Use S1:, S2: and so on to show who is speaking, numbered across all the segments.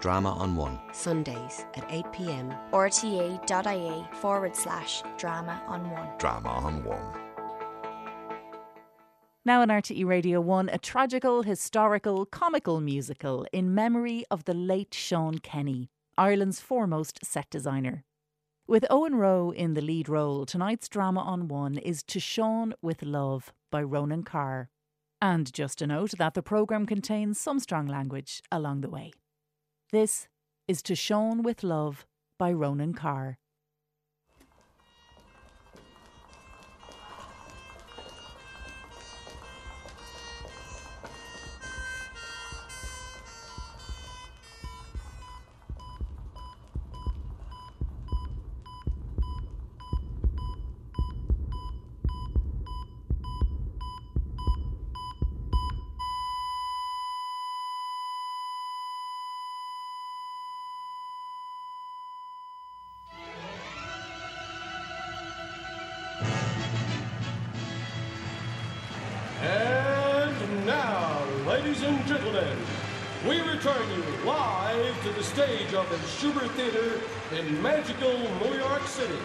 S1: Drama on One.
S2: Sundays at 8 pm.
S3: rte.ie forward slash drama on one.
S4: Drama on One.
S5: Now on RTE Radio 1, a tragical, historical, comical musical in memory of the late Sean Kenny, Ireland's foremost set designer. With Owen Rowe in the lead role, tonight's drama on one is To Sean with Love by Ronan Carr. And just a note that the programme contains some strong language along the way. This is To Sean with Love by Ronan Carr.
S6: And now, ladies and gentlemen, we return you live to the stage of the Schubert Theater in magical New York City.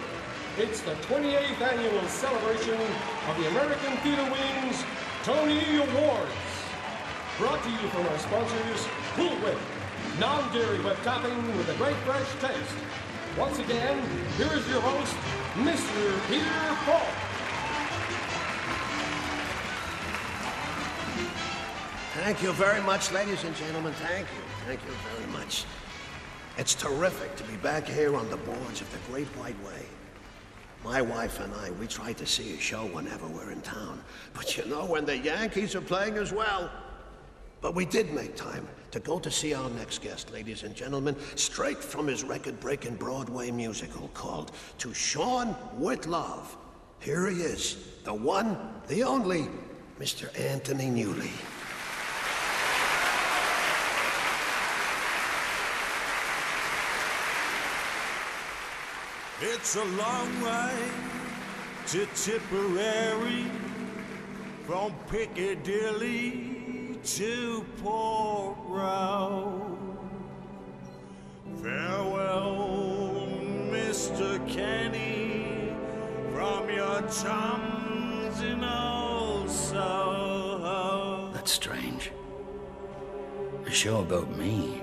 S6: It's the 28th annual celebration of the American Theater Wing's Tony Awards. Brought to you from our sponsors, Cool Whip, non-dairy whip topping with a great fresh taste. Once again, here is your host, Mr. Peter Falk.
S7: Thank you very much, ladies and gentlemen. Thank you. Thank you very much. It's terrific to be back here on the boards of the Great White Way. My wife and I, we try to see a show whenever we're in town. But you know, when the Yankees are playing as well. But we did make time to go to see our next guest, ladies and gentlemen, straight from his record breaking Broadway musical called To Sean with Love. Here he is, the one, the only, Mr. Anthony Newley.
S8: It's a long way to Tipperary from Piccadilly to Port Row. Farewell, Mr. Kenny, from your chums in old Soho.
S9: That's strange. A show about me.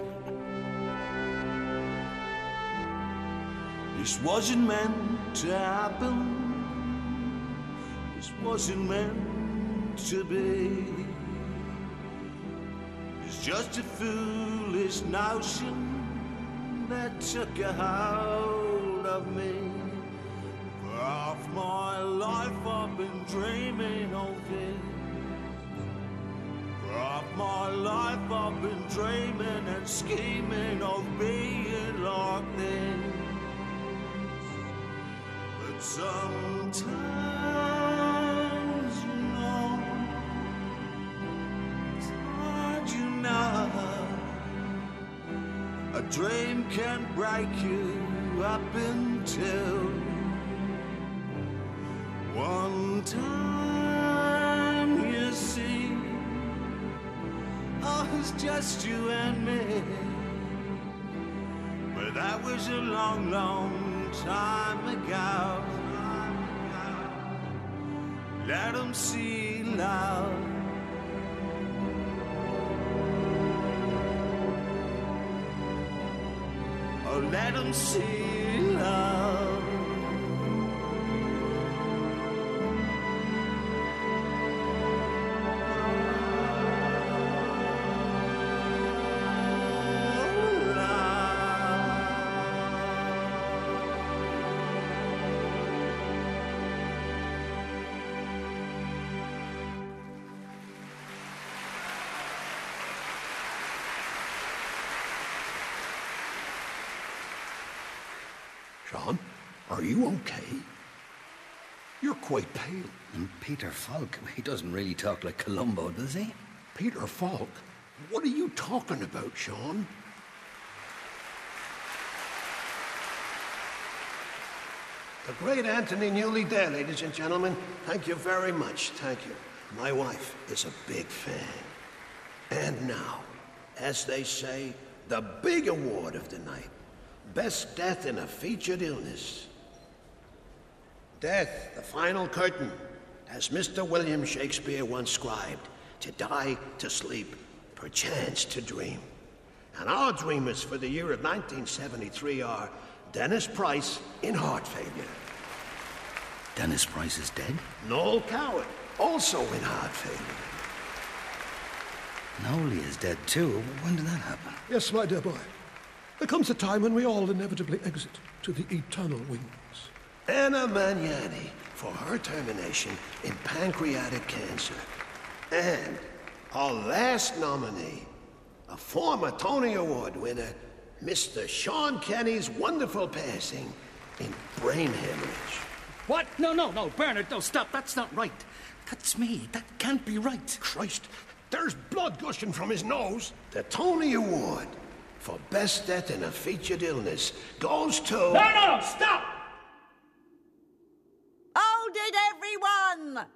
S8: This wasn't meant to happen. This wasn't meant to be. It's just a foolish notion that took a hold of me. For half my life I've been dreaming of it. For half my life I've been dreaming and scheming of being like this. But sometimes you know, sometimes you know, a dream can break you up until one time you see, oh, it's just you and me. But that was a long, long time ago. Let 'em see love. Oh, let 'em see love. Oh, love.
S7: Sean, are you okay? You're quite pale.
S9: And Peter Falk, he doesn't really talk like Columbo, does he?
S7: Peter Falk, what are you talking about, Sean? The great Anthony Newley there, ladies and gentlemen. Thank you very much. Thank you. My wife is a big fan. And now, as they say, the big award of the night Best Death in a Featured Illness. Death, the final curtain, as Mr. William Shakespeare once scribed to die, to sleep, perchance to dream. And our dreamers for the year of 1973 are Dennis Price in heart failure.
S9: Dennis Price is dead?
S7: Noel Coward, also in heart failure.
S9: Noli is dead too. When did that happen?
S1: Yes, my dear boy. There comes a time when we all inevitably exit to the eternal wings.
S7: Anna Magnani for her termination in pancreatic cancer. And our last nominee, a former Tony Award winner, Mr. Sean Kenny's wonderful passing in brain hemorrhage.
S9: What? No, no, no, Bernard, no, stop. That's not right. That's me. That can't be right.
S7: Christ, there's blood gushing from his nose. The Tony Award for Best Death in a Featured Illness goes to.
S6: No, no, no, stop!
S4: Hold it, everyone!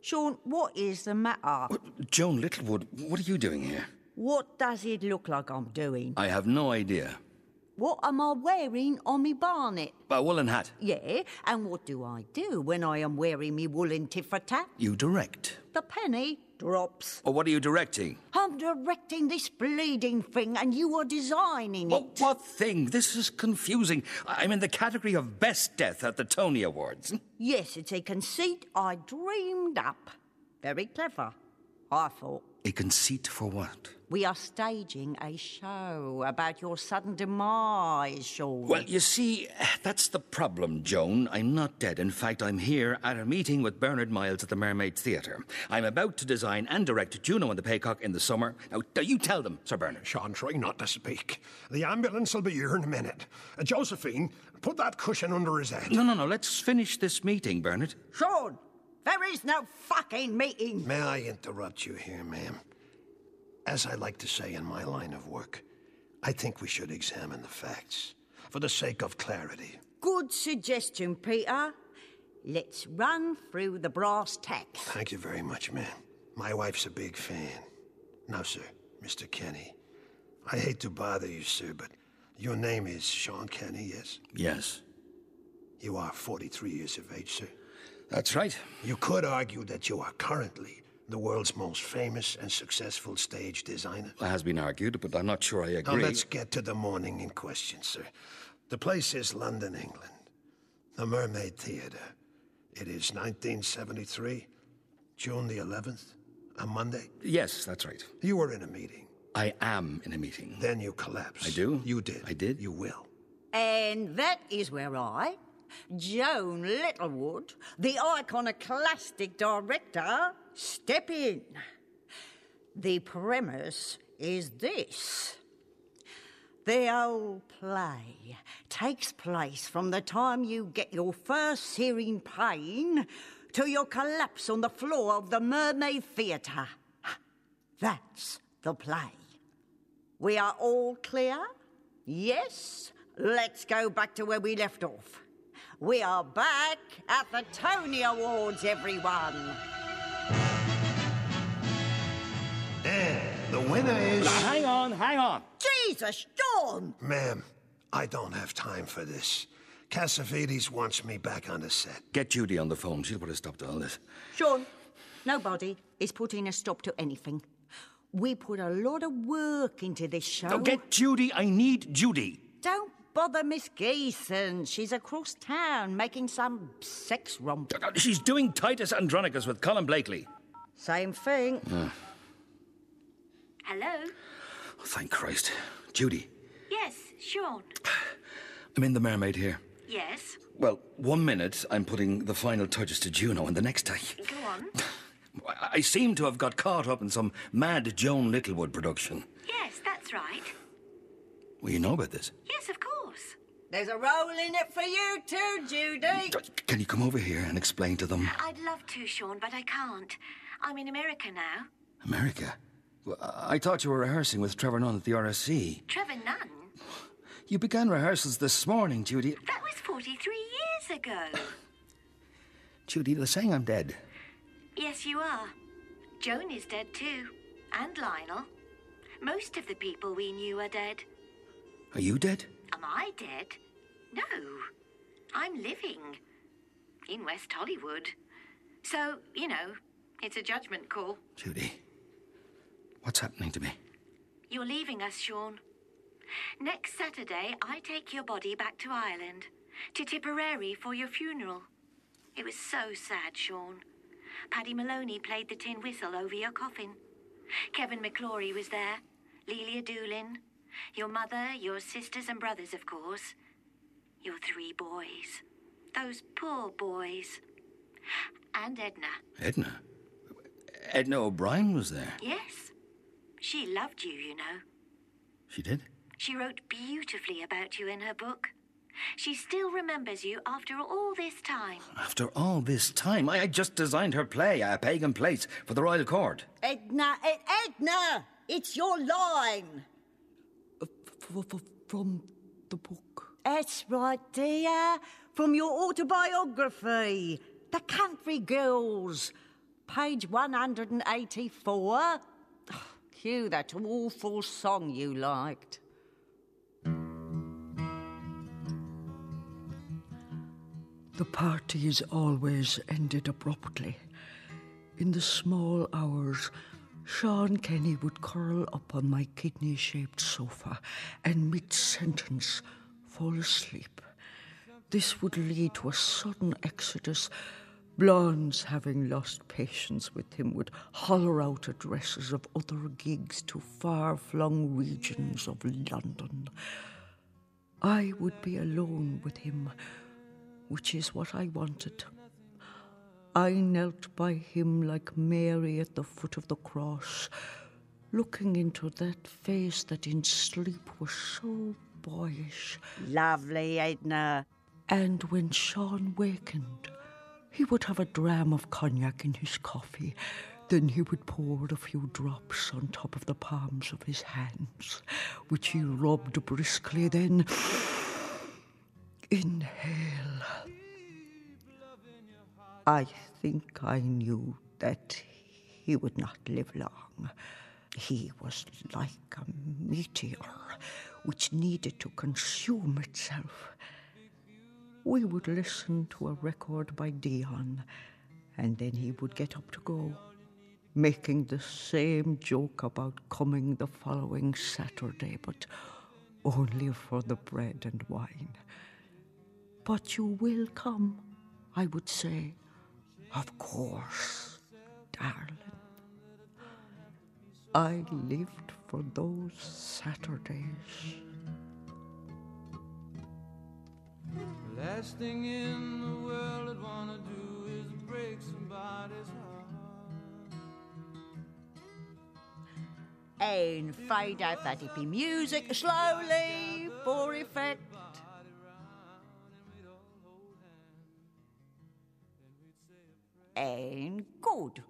S4: Sean, what is the matter?
S9: Joan Littlewood, what are you doing here?
S4: What does it look like I'm doing?
S9: I have no idea.
S4: What am I wearing on me barnet?
S9: A woolen hat.
S4: Yeah, and what do I do when I am wearing me woolen tat?
S9: You direct.
S4: The penny drops.
S9: Or what are you directing?
S4: I'm directing this bleeding thing, and you are designing it.
S9: What, what thing? This is confusing. I'm in the category of best death at the Tony Awards.
S4: Yes, it's a conceit I dreamed up. Very clever, I thought.
S9: A conceit for what?
S4: We are staging a show about your sudden demise, Sean.
S9: Well, you see, that's the problem, Joan. I'm not dead. In fact, I'm here at a meeting with Bernard Miles at the Mermaid Theatre. I'm about to design and direct Juno and the Paycock in the summer. Now, do you tell them, Sir Bernard.
S7: Sean, try not to speak. The ambulance will be here in a minute. Uh, Josephine, put that cushion under his head.
S9: No, no, no. Let's finish this meeting, Bernard.
S4: Sean, there is no fucking meeting.
S7: May I interrupt you here, ma'am? As I like to say in my line of work, I think we should examine the facts for the sake of clarity.
S4: Good suggestion, Peter. Let's run through the brass tacks.
S7: Thank you very much, ma'am. My wife's a big fan. Now, sir, Mr. Kenny, I hate to bother you, sir, but your name is Sean Kenny, yes?
S9: Yes.
S7: You are 43 years of age, sir.
S9: That's right.
S7: You could argue that you are currently the world's most famous and successful stage designer.
S9: It has been argued, but I'm not sure I agree.
S7: Now let's get to the morning in question, sir. The place is London, England. The Mermaid Theatre. It is 1973, June the 11th, a Monday.
S9: Yes, that's right.
S7: You were in a meeting.
S9: I am in a meeting.
S7: Then you collapsed.
S9: I do?
S7: You did.
S9: I did?
S7: You will.
S4: And that is where I, Joan Littlewood, the iconoclastic director, step in. The premise is this. The old play takes place from the time you get your first searing pain to your collapse on the floor of the Mermaid Theatre. That's the play. We are all clear? Yes? Let's go back to where we left off. We are back at the Tony Awards, everyone.
S7: And the winner is.
S9: Hang on, hang on.
S4: Jesus, John!
S7: Ma'am, I don't have time for this. Cassavetes wants me back on the set.
S9: Get Judy on the phone. She'll put a stop to all this.
S4: Sean, nobody is putting a stop to anything. We put a lot of work into this show.
S9: Now get Judy. I need Judy.
S4: Don't bother Miss Geeson. She's across town making some sex romp.
S9: She's doing Titus Andronicus with Colin Blakely. Ah.
S4: Same thing.
S10: Hello?
S9: Oh, thank Christ. Judy,
S10: Yes, Sean.
S9: I'm in the mermaid here.
S10: Yes,
S9: Well, one minute I'm putting the final touches to Juno, and the next I.
S10: go on.
S9: I- I seem to have got caught up in some mad Joan Littlewood production.
S10: Yes, that's right.
S9: Well, you know about this.
S10: Yes, of course.
S4: There's a role in it for you too, Judy.
S9: Can you come over here and explain to them
S10: I'd love to, Sean, but I can't. I'm in America now.
S9: America? Well, I I thought you were rehearsing with Trevor Nunn at the RSC.
S10: Trevor Nunn?
S9: You began rehearsals this morning, Judy.
S10: That was 43 years ago.
S9: Judy, they're saying I'm dead.
S10: Yes, you are. Joan is dead too. And Lionel. Most of the people we knew are dead.
S9: Are you dead?
S10: Am I dead? No. I'm living. In West Hollywood. So, you know, it's a judgment call.
S9: Judy, what's happening to me?
S10: You're leaving us, Sean. Next Saturday, I take your body back to Ireland, to Tipperary for your funeral. It was so sad, Sean. Paddy Maloney played the tin whistle over your coffin. Kevin McClory was there, Lelia Doolin, your mother, your sisters and brothers, of course, your three boys. Those poor boys. And Edna.
S9: Edna? Edna O'Brien was there.
S10: Yes. She loved you, you know.
S9: She did?
S10: She wrote beautifully about you in her book. She still remembers you after all this time.
S9: After all this time, I had just designed her play, A Pagan Place, for the Royal Court.
S4: Edna, Ed- Edna, it's your line.
S11: Uh, from the book.
S4: That's right, dear. From your autobiography, The Country Girls, page 184. Cue that awful song you liked.
S11: The parties always ended abruptly. In the small hours, Sean Kenny would curl up on my kidney shaped sofa and mid sentence fall asleep. This would lead to a sudden exodus. Blondes, having lost patience with him, would holler out addresses of other gigs to far flung regions of London. I would be alone with him, which is what I wanted. I knelt by him like Mary at the foot of the cross, looking into that face that in sleep was so boyish.
S4: Lovely, Edna.
S11: And when Sean wakened, he would have a dram of cognac in his coffee. Then he would pour a few drops on top of the palms of his hands, which he rubbed briskly, then inhale. I think I knew that he would not live long. He was like a meteor which needed to consume itself. We would listen to a record by Dion, and then he would get up to go, making the same joke about coming the following Saturday, but only for the bread and wine. But you will come, I would say. Of course, darling. I lived for those Saturdays.
S12: Last thing in the world I'd wanna do is break somebody's heart.
S4: And fade out that hippie music slowly for effect. And good.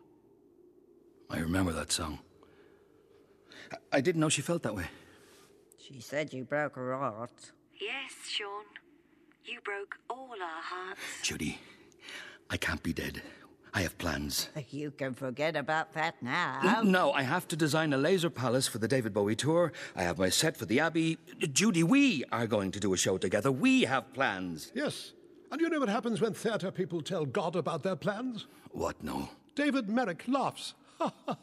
S9: I remember that song. I, I didn't know she felt that way.
S4: She said you broke her heart.
S10: Yes, Sean. You broke all our hearts.
S9: Judy, I can't be dead. I have plans.
S4: You can forget about that now.
S9: N- No, I have to design a laser palace for the David Bowie tour. I have my set for the Abbey. Judy, we are going to do a show together. We have plans.
S1: Yes. And you know what happens when theatre people tell God about their plans?
S9: What? No.
S1: David Merrick laughs.
S9: Oh,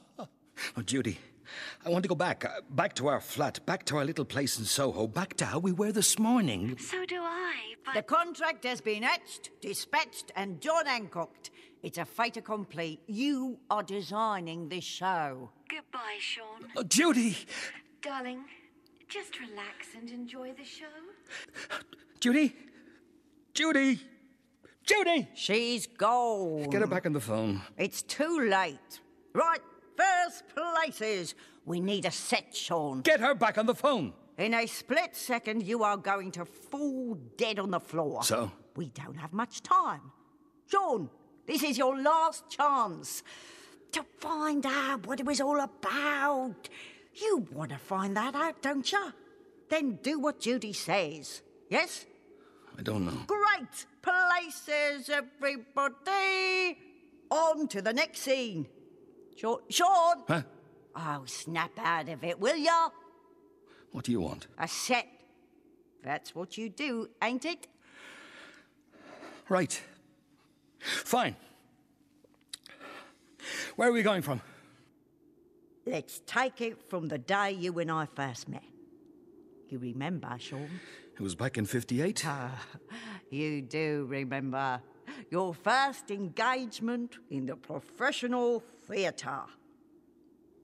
S9: Judy, I want to go back. uh, Back to our flat, back to our little place in Soho, back to how we were this morning.
S10: So do I, but.
S4: The contract has been etched, dispatched, and John Hancocked. It's a fait accompli. You are designing this show.
S10: Goodbye, Sean.
S9: Oh, Judy!
S10: Darling, just relax and enjoy the show.
S9: Judy? Judy! Judy!
S4: She's gone.
S9: Get her back on the phone.
S4: It's too late. Right, first places. We need a set, Sean.
S9: Get her back on the phone!
S4: In a split second, you are going to fall dead on the floor.
S9: So?
S4: We don't have much time. Sean, this is your last chance to find out what it was all about. You want to find that out, don't you? Then do what Judy says. Yes?
S9: I don't know.
S4: Great places, everybody. On to the next scene. Sean, Sean
S9: Huh?
S4: Oh, snap out of it, will ya?
S9: What do you want?
S4: A set. That's what you do, ain't it?
S9: Right. Fine. Where are we going from?
S4: Let's take it from the day you and I first met. You remember, Sean?
S9: It was back in 58.
S4: You do remember. Your first engagement in the professional theatre.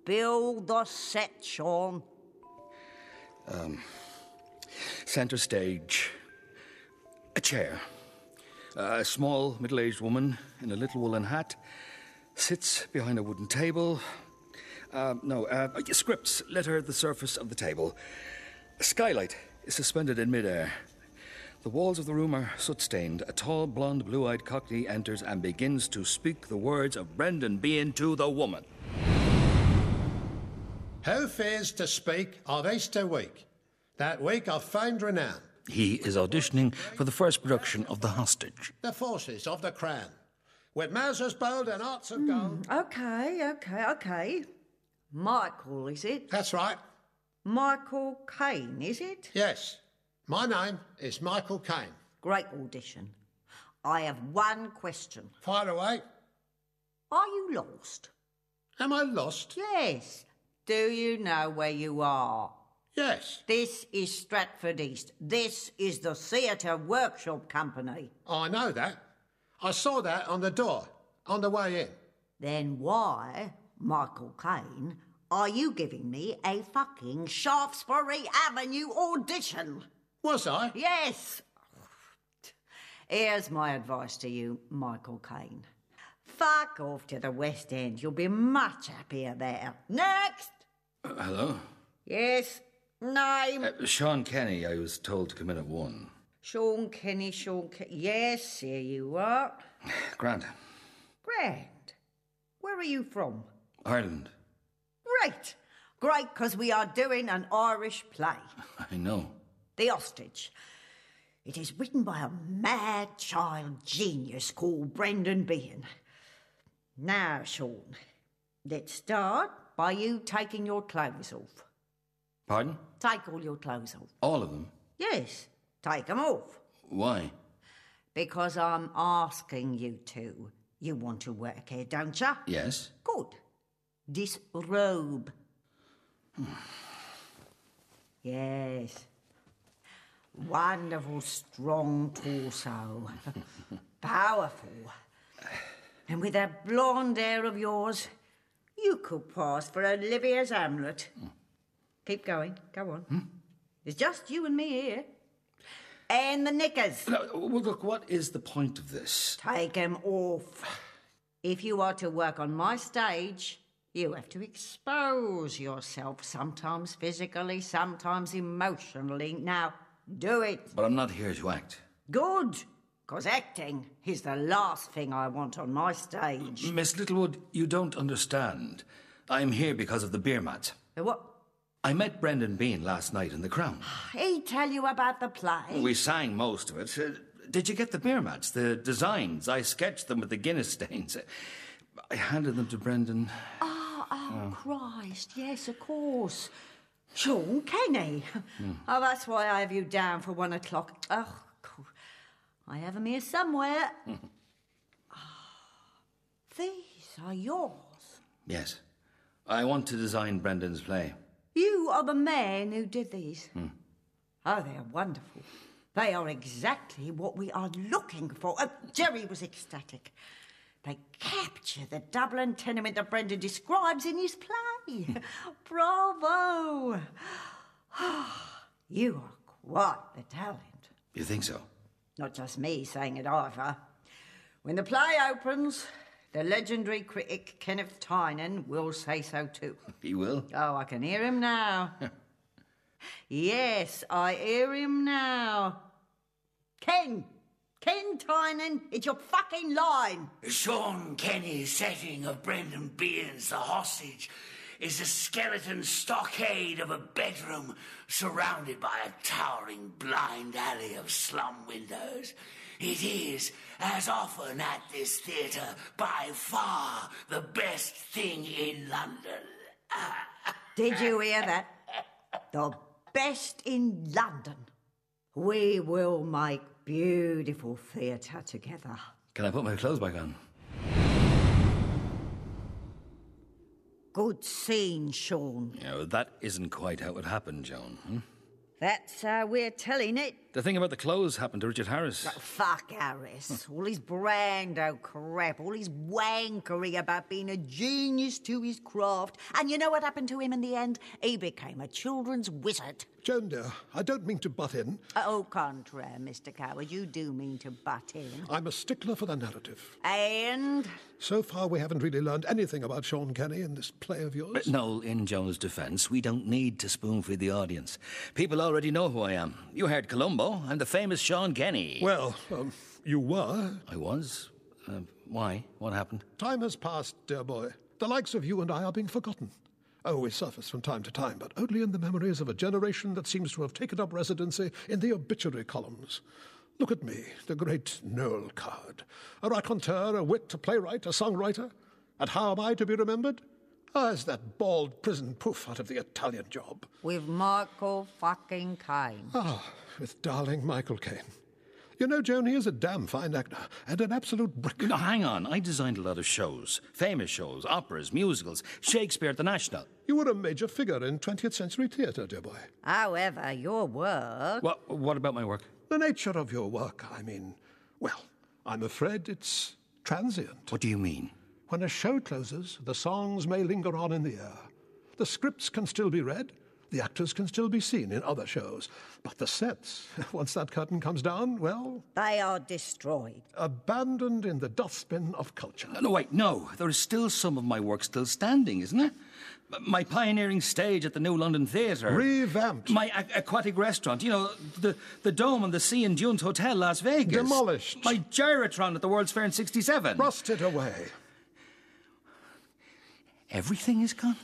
S4: Build the set, Sean.
S9: Um, center stage, a chair. A small middle aged woman in a little woolen hat sits behind a wooden table. Um, no, uh, scripts litter the surface of the table. A skylight is suspended in midair. The walls of the room are soot stained. A tall, blonde, blue eyed cockney enters and begins to speak the words of Brendan Bean to the woman.
S13: How fares to speak of Easter week, that week of famed renown,
S9: He is auditioning for the first production of The Hostage.
S13: the forces of the crown, with Moses bold and arts of gold.
S4: Okay, okay, okay. Michael, is it?
S13: That's right.
S4: Michael Caine, is it?
S13: Yes, my name is Michael Caine.
S4: Great audition. I have one question.
S13: Fire away.
S4: Are you lost?
S13: Am I lost?
S4: Yes. Do you know where you are?
S13: Yes.
S4: This is Stratford East. This is the Theatre Workshop Company.
S13: I know that. I saw that on the door on the way in.
S4: Then why, Michael Caine, are you giving me a fucking Shaftesbury Avenue audition?
S13: Was I?
S4: Yes. Here's my advice to you, Michael Caine. Fuck off to the West End. You'll be much happier there. Next.
S9: Uh, hello?
S4: Yes. Name.
S9: Uh, Sean Kenny, I was told to come in at one.
S4: Sean Kenny, Sean Kenny. Yes, here you are.
S9: Grant,
S4: Grand. Where are you from?
S9: Ireland.
S4: Great. Great, because we are doing an Irish play,
S9: I know.
S4: The Hostage. It is written by a mad child genius called Brendan Behan. Now, Sean, let's start by you taking your clothes off.
S9: Pardon?
S4: Take all your clothes off.
S9: All of them?
S4: Yes, take 'em off.
S9: Why?
S4: Because I'm asking you to. You want to work here, don't you?
S9: Yes.
S4: Good. Disrobe. yes. Wonderful, strong torso. Powerful. And with that blonde hair of yours, you could pass for Olivia's Hamlet. Keep going. Go on. It's just you and me here. And the knickers.
S9: No, well, look, what is the point of this?
S4: Take 'em off. If you are to work on my stage, you have to expose yourself, sometimes physically, sometimes emotionally. Now, do it.
S9: But I'm not here to act.
S4: Good, 'cause acting is the last thing I want on my stage.
S9: Miss Littlewood, you don't understand. I'm here because of the beer mat.
S4: What?
S9: I met Brendan Bean last night in the Crown.
S4: He tell you about the play.
S9: We sang most of it. Uh, Did you get the beer mats, the designs? I sketched them with the Guinness stains. I handed them to Brendan.
S4: Oh, oh, Christ, yes, of course. Sean Kenny. Oh, that's why I have you down for one o'clock. Oh, cor- I have 'em here somewhere. Ah, These are yours.
S9: Yes. I want to design Brendan's play.
S4: You are the man who did these. Oh, they are wonderful. They are exactly what we are looking for. Oh, Jerry was ecstatic. They capture the double tenement that Brendan describes in his play. Bravo! you are quite the talent.
S9: You think so?
S4: Not just me saying it either. When the play opens, the legendary critic Kenneth Tynan will say so too.
S9: He will?
S4: Oh, I can hear him now. yes, I hear him now. Ken! Ken Tynan, it's your fucking line!
S14: Sean Kenny's setting of Brendan Bean's The Hostage is a skeleton stockade of a bedroom surrounded by a towering blind alley of slum windows. It is, as often at this theatre, by far the best thing in London.
S4: Did you hear that? The best in London. We will make beautiful theatre together.
S9: Can I put my clothes back on?
S4: Good scene, Sean.
S9: No, that isn't quite how it happened, Joan. hmm?
S4: That's how uh, we're telling it.
S9: The thing about the clothes happened to Richard Harris.
S4: Oh, fuck Harris. all his Brando crap, all his wankery about being a genius to his craft. And you know what happened to him in the end? He became a children's wizard. Uh,
S1: Joan Doe, I don't mean to butt in.
S4: Au contraire, Mr. Coward, you do mean to butt in.
S1: I'm a stickler for the narrative.
S4: And
S1: So far, we haven't really learned anything about Sean Kenny in this play of yours.
S9: But Noel, in Joan's defence, we don't need to spoon feed the audience. People already know who I am. You heard Columbo. I'm the famous Sean Kenny.
S1: Well, um, you were.
S9: I was. Uh, why? What happened?
S1: Time has passed, dear boy. The likes of you and I are being forgotten. Oh, we surface from time to time, but only in the memories of a generation that seems to have taken up residency in the obituary columns. Look at me, the great Noel Card, a raconteur, a wit, a playwright, a songwriter. And how am I to be remembered? As that bald prison poof out of the Italian job.
S4: with Michael fucking Caine.
S1: Ah, with darling Michael Caine. You know, Joan, he is a damn fine actor and an absolute brick.
S9: No, hang on. I designed a lot of shows famous shows, operas, musicals, Shakespeare at the National.
S1: You were a major figure in 20th century theatre, dear boy.
S4: However, your work.
S9: What, what about my work?
S1: The nature of your work, I mean, well, I'm afraid it's transient.
S9: What do you mean?
S1: When a show closes, the songs may linger on in the air. The scripts can still be read, the actors can still be seen in other shows. But the sets, once that curtain comes down, well,
S4: They are destroyed.
S1: abandoned in the dustbin of culture.
S9: Uh, No, wait, no. There is still some of my work still standing, isn't there? My pioneering stage at the New London Theatre.
S1: Revamped.
S9: My a- aquatic restaurant, you know, the, the Dome on the Sea in Dunes Hotel, Las Vegas.
S1: Demolished.
S9: My gyrotron at the World's Fair in 67.
S1: Rusted away.
S9: Everything is gone.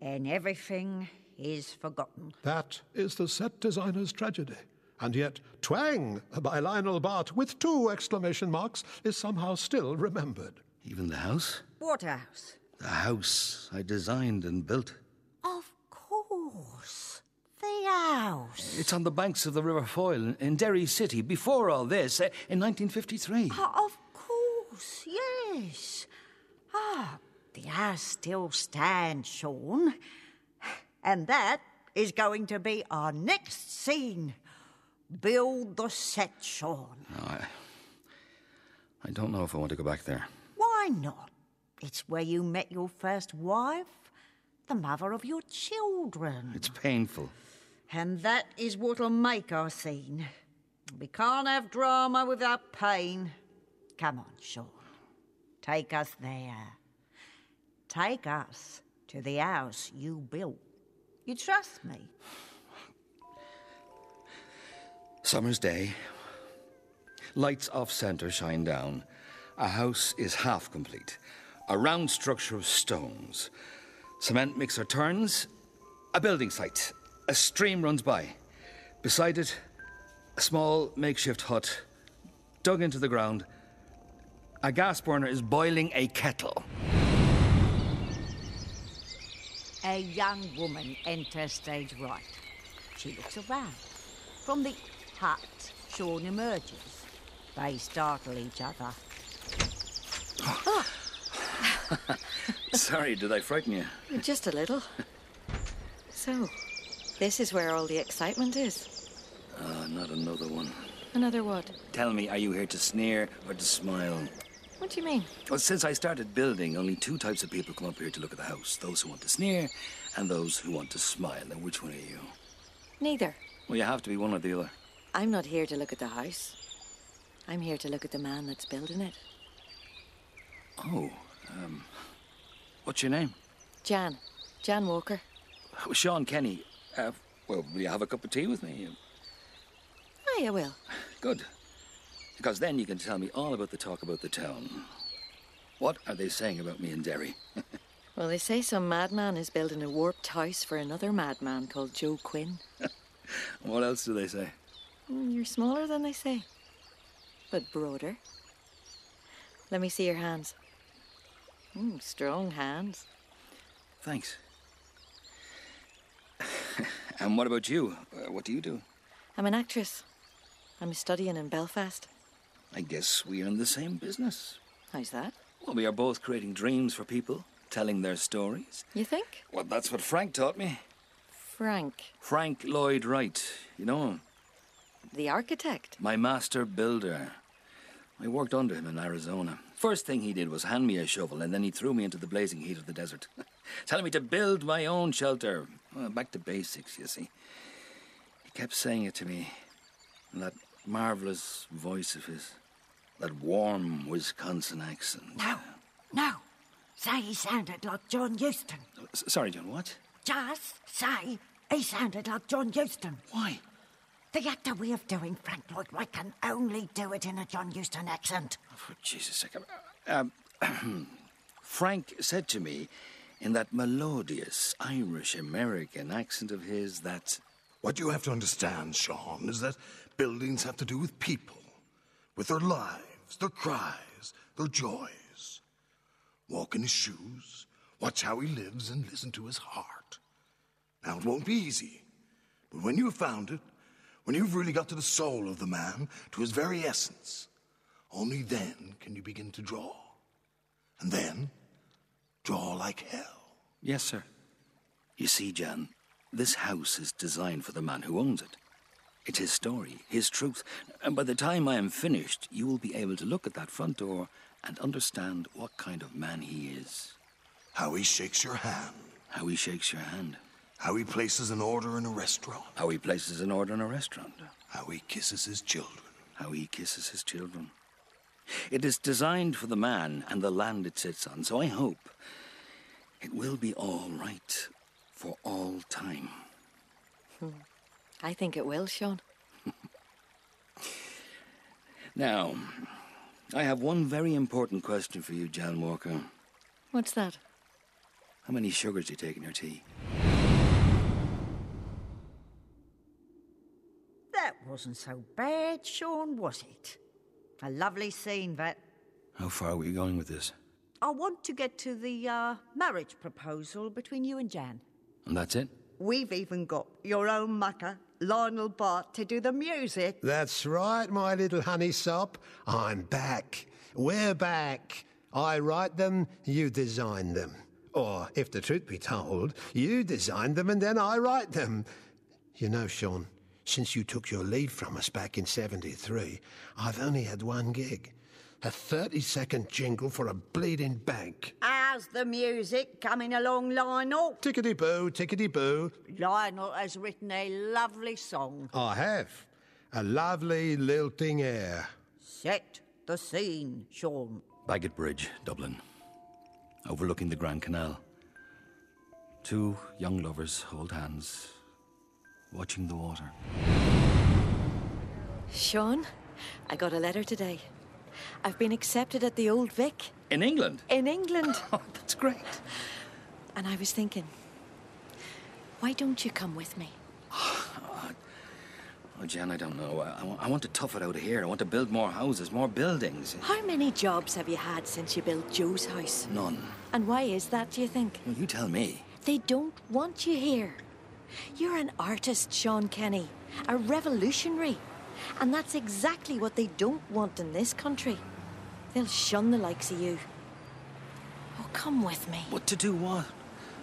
S4: And everything is forgotten.
S1: That is the set designer's tragedy. And yet, Twang by Lionel Bart, with two exclamation marks, is somehow still remembered.
S9: Even the house?
S4: Waterhouse.
S9: The house I designed and built.
S4: Of course. The house.
S9: It's on the banks of the River Foyle in- in Derry City before all this, eh, in 1953.
S4: Oh, of course, yes. Ah, the house still stands, Sean. And that is going to be our next scene. Build the set, Sean.
S9: No, I, I don't know if I want to go back there.
S4: Why not? It's where you met your first wife, the mother of your children.
S9: It's painful.
S4: And that is what'll make our scene. We can't have drama without pain. Come on, Sean. Take us there. Take us to the house you built. You trust me?
S9: Summer's day. Lights off centre shine down. A house is half complete. A round structure of stones. Cement mixer turns. A building site. A stream runs by. Beside it, a small makeshift hut dug into the ground. A gas burner is boiling a kettle.
S4: A young woman enters stage right. She looks around. From the hut, Sean emerges. They startle each other.
S9: Sorry, did I frighten you?
S15: Just a little. So, this is where all the excitement is.
S9: Ah, not another one.
S15: Another what?
S9: Tell me, are you here to sneer or to smile?
S15: What do you mean?
S9: Well, since I started building, only two types of people come up here to look at the house those who want to sneer and those who want to smile. Now, which one are you?
S15: Neither.
S9: Well, you have to be one or the other.
S15: I'm not here to look at the house. I'm here to look at the man that's building it.
S9: Oh, um, what's your name?
S15: Jan. Jan Walker.
S9: Oh, Sean Kenny. Uh, well, will you have a cup of tea with me?
S15: Aye, I will.
S9: Good. Because then you can tell me all about the talk about the town. What are they saying about me in Derry?
S15: Well, they say some madman is building a warped house for another madman called Joe Quinn.
S9: What else do they say?
S15: Mm, You're smaller than they say, but broader. Let me see your Hmm, hands. Mm, strong hands.
S9: Thanks. And what about you? Uh, what do you do?
S15: I'm an actress. I'm studying in Belfast.
S9: I guess we're in the same business.
S15: How's that?
S9: Well, we are both creating dreams for people, telling their stories.
S15: You think?
S9: Well, that's what Frank taught me.
S15: Frank,
S9: Frank Lloyd Wright, you know him?
S15: the architect.
S9: My master builder. I worked under him in Arizona. First thing he did was hand me a shovel, and then he threw me into the blazing heat of the desert, telling me to build my own shelter. Well, back to basics, you see. He kept saying it to me in that marvelous voice of his, that warm Wisconsin accent.
S16: No, no. Say he sounded like John Houston.
S9: S- sorry, John, what?
S16: Just say he sounded like John Houston.
S9: Why?
S16: The actor way of doing Frank Lloyd Wright can only do it in a John Houston accent.
S9: For Oh, Jesus' sake. Um, um, Frank said to me in that melodious Irish American accent of his that.
S17: What you have to understand, Sean, is that buildings have to do with people, with their lives, their cries, their joys. Walk in his shoes, watch how he lives, and listen to his heart. Now, it won't be easy, but when you have found it, when you've really got to the soul of the man, to his very essence, only then can you begin to draw. And then, draw like hell.
S9: Yes, sir. You see, Jan, this house is designed for the man who owns it. It's his story, his truth. And by the time I am finished, you will be able to look at that front door and understand what kind of man he is.
S17: How he shakes your hand.
S9: How he shakes your hand.
S17: How he places an order in a restaurant.
S9: How he places an order in a restaurant.
S17: How he kisses his children.
S9: How he kisses his children. It is designed for the man and the land it sits on, so I hope it will be all right for all time.
S15: Hmm. I think it will, Sean.
S9: Now, I have one very important question for you, Jan Walker.
S15: What's that?
S9: How many sugars do you take in your tea?
S4: That wasn't so bad, Sean, was it? A lovely scene, that.
S9: How far are we going with this?
S4: I want to get to the uh, marriage proposal between you and Jan.
S9: And that's it?
S4: We've even got your own mucker, Lionel Bart, to do the music.
S7: That's right, my little honeysop. I'm back. We're back. I write them, you design them. Or, if the truth be told, you design them and then I write them. You know, Sean, since you took your leave from us back in 73, I've only had one gig. A 30 second jingle for a bleeding bank.
S4: How's the music coming along, Lionel?
S7: Tickety boo, tickety boo.
S4: Lionel has written a lovely song.
S7: I have. A lovely lilting air.
S4: Set the scene, Sean.
S9: Baggett Bridge, Dublin, overlooking the Grand Canal. Two young lovers hold hands, watching the water.
S15: Sean, I got a letter today. I've been accepted at the Old Vic
S9: In England?
S15: in England.
S9: Oh, that's great.
S15: And I was thinking, why don't you come with me?
S9: Ah, Oh, Jan, I don't know. I, I wa- I want to tough it out of here. I want to build more houses, more buildings.
S15: How many jobs have you had since you built Joe's house?
S9: None.
S15: And why is that, do you think?
S9: Well, you tell me.
S15: They don't want you here. You're an artist, Sean Kenny, a revolutionary. And that's exactly what they don't want in this country. They'll shun the likes of you. Oh, come with me.
S9: What to do what?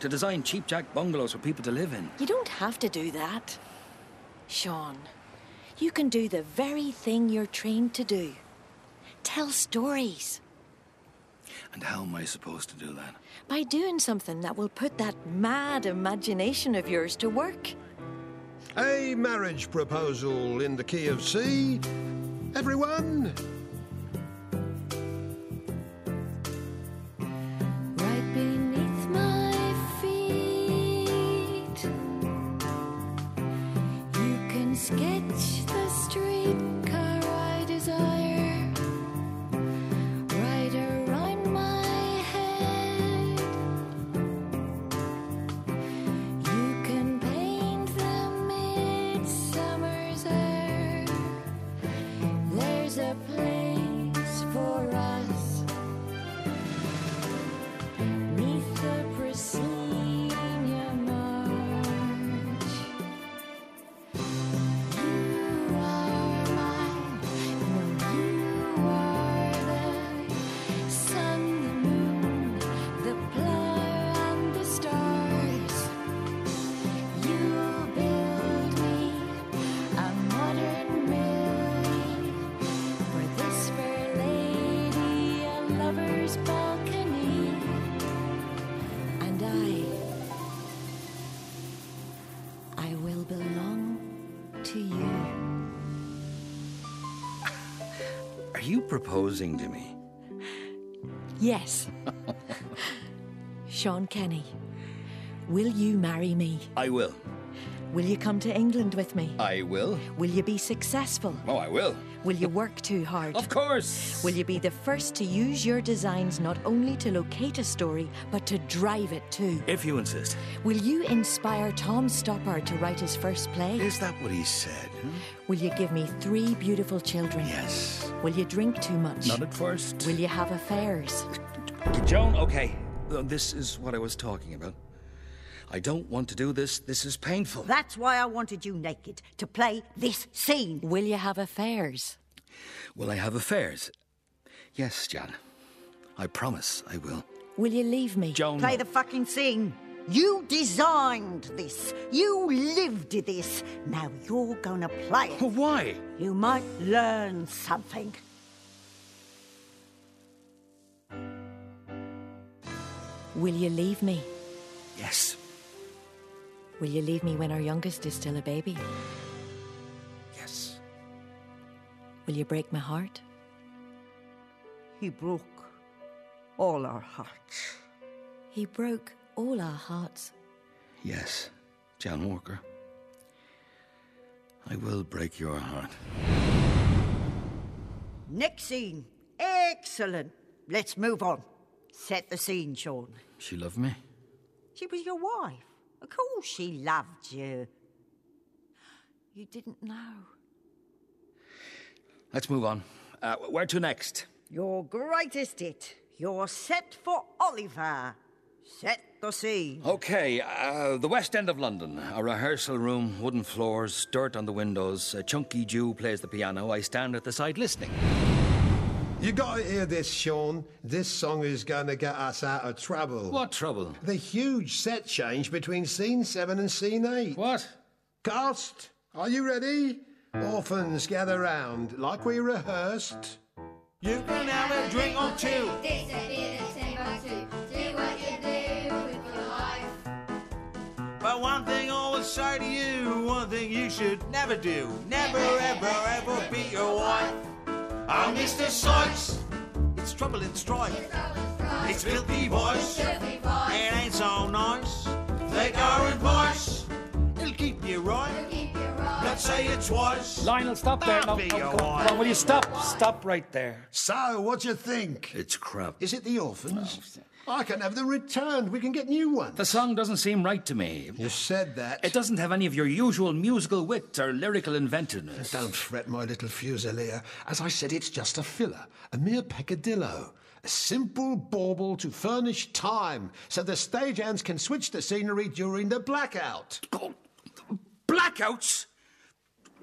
S9: To design cheap jack bungalows for people to live in.
S15: You don't have to do that. Sean, you can do the very thing you're trained to do tell stories.
S9: And how am I supposed to do that?
S15: by doing something that will put that mad imagination of yours to work.
S1: A marriage proposal in the key of C. Everyone,
S18: Right beneath my feet, you can sketch the streetcar I desire. Right around my head, you can paint the midsummer's air. There's a place for us. Neath the proscenium arch,
S9: Are you proposing to me?
S15: Yes. Sean Kenny, will you marry me?
S9: I will.
S15: Will you come to England with me?
S9: I will.
S15: Will you be successful?
S9: Oh, I will.
S15: Will you work too hard?
S9: Of course.
S15: Will you be the first to use your designs not only to locate a story, but to drive it too?
S9: If you insist.
S15: Will you inspire Tom Stoppard to write his first play?
S9: Is that what he said? hmm?
S15: Will you give me three beautiful children?
S9: Yes.
S15: Will you drink too much?
S9: Not at first.
S15: Will you have affairs?
S9: Joan, okay. Uh, This is what I was talking about. I don't want to do this. This is painful.
S4: That's why I wanted you naked, to play this scene.
S15: Will you have affairs?
S9: Will I have affairs? Yes, Jan. I promise I will.
S15: Will you leave me?
S9: Joan.
S4: Play the fucking scene. You designed this. You lived this. Now you're gonna play it.
S9: Why?
S4: You might learn something.
S15: Will you leave me?
S9: Yes.
S15: Will you leave me when our youngest is still a baby?
S9: Yes.
S15: Will you break my heart?
S4: He broke all our hearts.
S15: He broke all our hearts.
S9: Yes, John Walker. I will break your heart.
S4: Next scene. Excellent. Let's move on. Set the scene, Sean.
S9: She loved me.
S4: She was your wife. Of course she loved you.
S15: You didn't know.
S9: Let's move on. Uh, where to next?
S4: Your greatest hit. Your set for Oliver. Set the scene.
S9: Okay, uh, the West End of London. A rehearsal room, wooden floors, dirt on the windows. A chunky Jew plays the piano. I stand at the side listening.
S7: You gotta hear this, Sean. This song is gonna get us out of trouble.
S9: What trouble?
S7: The huge set change between scene seven and scene eight.
S9: What?
S7: Cast, are you ready? Orphans gather round, like we rehearsed.
S8: You can have a drink or two. But one thing I will say to you, one thing you should never do, never ever ever beat your wife. Oh, Mr. Sykes, it's trouble and strife. It's filthy voice. It ain't so nice. Take our advice. It'll keep you right. Let's say it twice.
S9: Lionel, stop
S8: there. No, no, come on.
S9: Oh, will you stop? Stop right there.
S7: So, what do you think?
S9: It's crap. Oh,
S7: Is it the orphans? I can have them returned. We can get new ones.
S9: The song doesn't seem right to me.
S7: You said that.
S9: It doesn't have any of your usual musical wit or lyrical inventiveness.
S7: Don't fret, my little fusilier. As I said, it's just a filler, a mere peccadillo. A simple bauble to furnish time so the stagehands can switch the scenery during the blackout.
S9: Blackouts?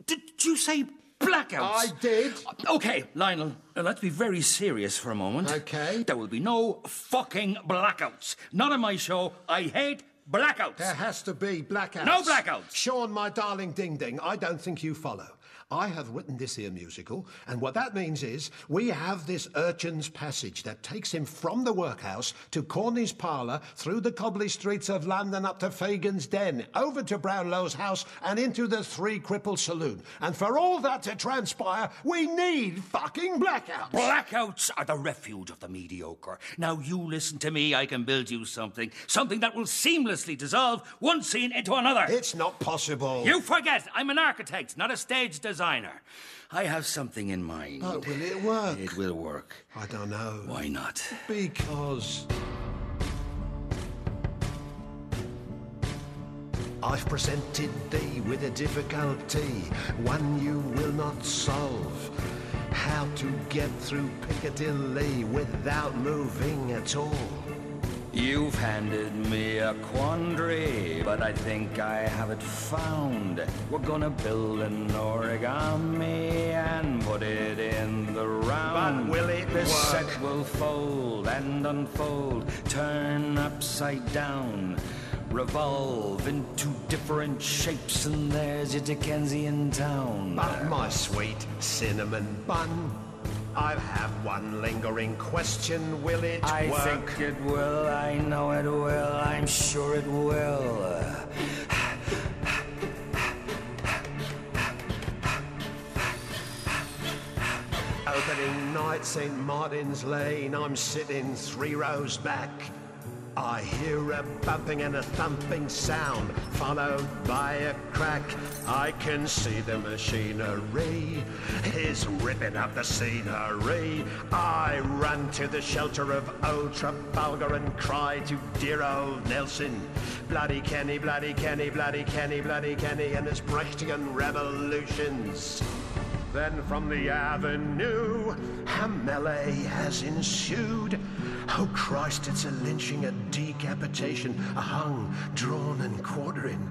S9: Did you say blackouts?
S7: I did.
S9: Okay, Lionel, now let's be very serious for a moment.
S7: Okay.
S9: There will be no fucking blackouts. Not on my show. I hate blackouts.
S7: There has to be blackouts.
S9: No blackouts.
S7: Sean, my darling ding ding, I don't think you follow. I have written this here musical, and what that means is we have this urchin's passage that takes him from the workhouse to Corney's parlour, through the cobbly streets of London up to Fagin's den, over to Brownlow's house, and into the Three Crippled Saloon. And for all that to transpire, we need fucking blackouts.
S9: Blackouts are the refuge of the mediocre. Now you listen to me, I can build you something. Something that will seamlessly dissolve one scene into another.
S7: It's not possible.
S9: You forget, I'm an architect, not a stage designer. I have something in mind.
S7: But Oh, will it work?
S9: It will work.
S7: I don't know.
S9: Why not?
S7: Because. I've presented thee with a difficulty, one you will not solve. How to get through Piccadilly without moving at all.
S9: You've handed me a quandary, but I think I have it found. We're gonna build an origami and put it in the round.
S7: But will it
S9: The
S7: work?
S9: set will fold and unfold, turn upside down, revolve into different shapes, and there's your Dickensian town.
S7: But my sweet cinnamon bun, I have one lingering question. Will it
S9: I
S7: work?
S9: think it will. I know it will. I'm sure it will.
S7: Oh, Opening night, St. Martin's Lane. I'm sitting three rows back. I hear a bumping and a thumping sound, followed by a crack. I can see the machinery is ripping up the scenery. I run to the shelter of old Trafalgar and cry to dear old Nelson. Bloody Kenny, bloody Kenny, bloody Kenny, bloody Kenny, and his Brechtian revolutions. Then from the avenue, a melee has ensued. Oh Christ, it's a lynching, a decapitation, a hung, drawn, and quartering.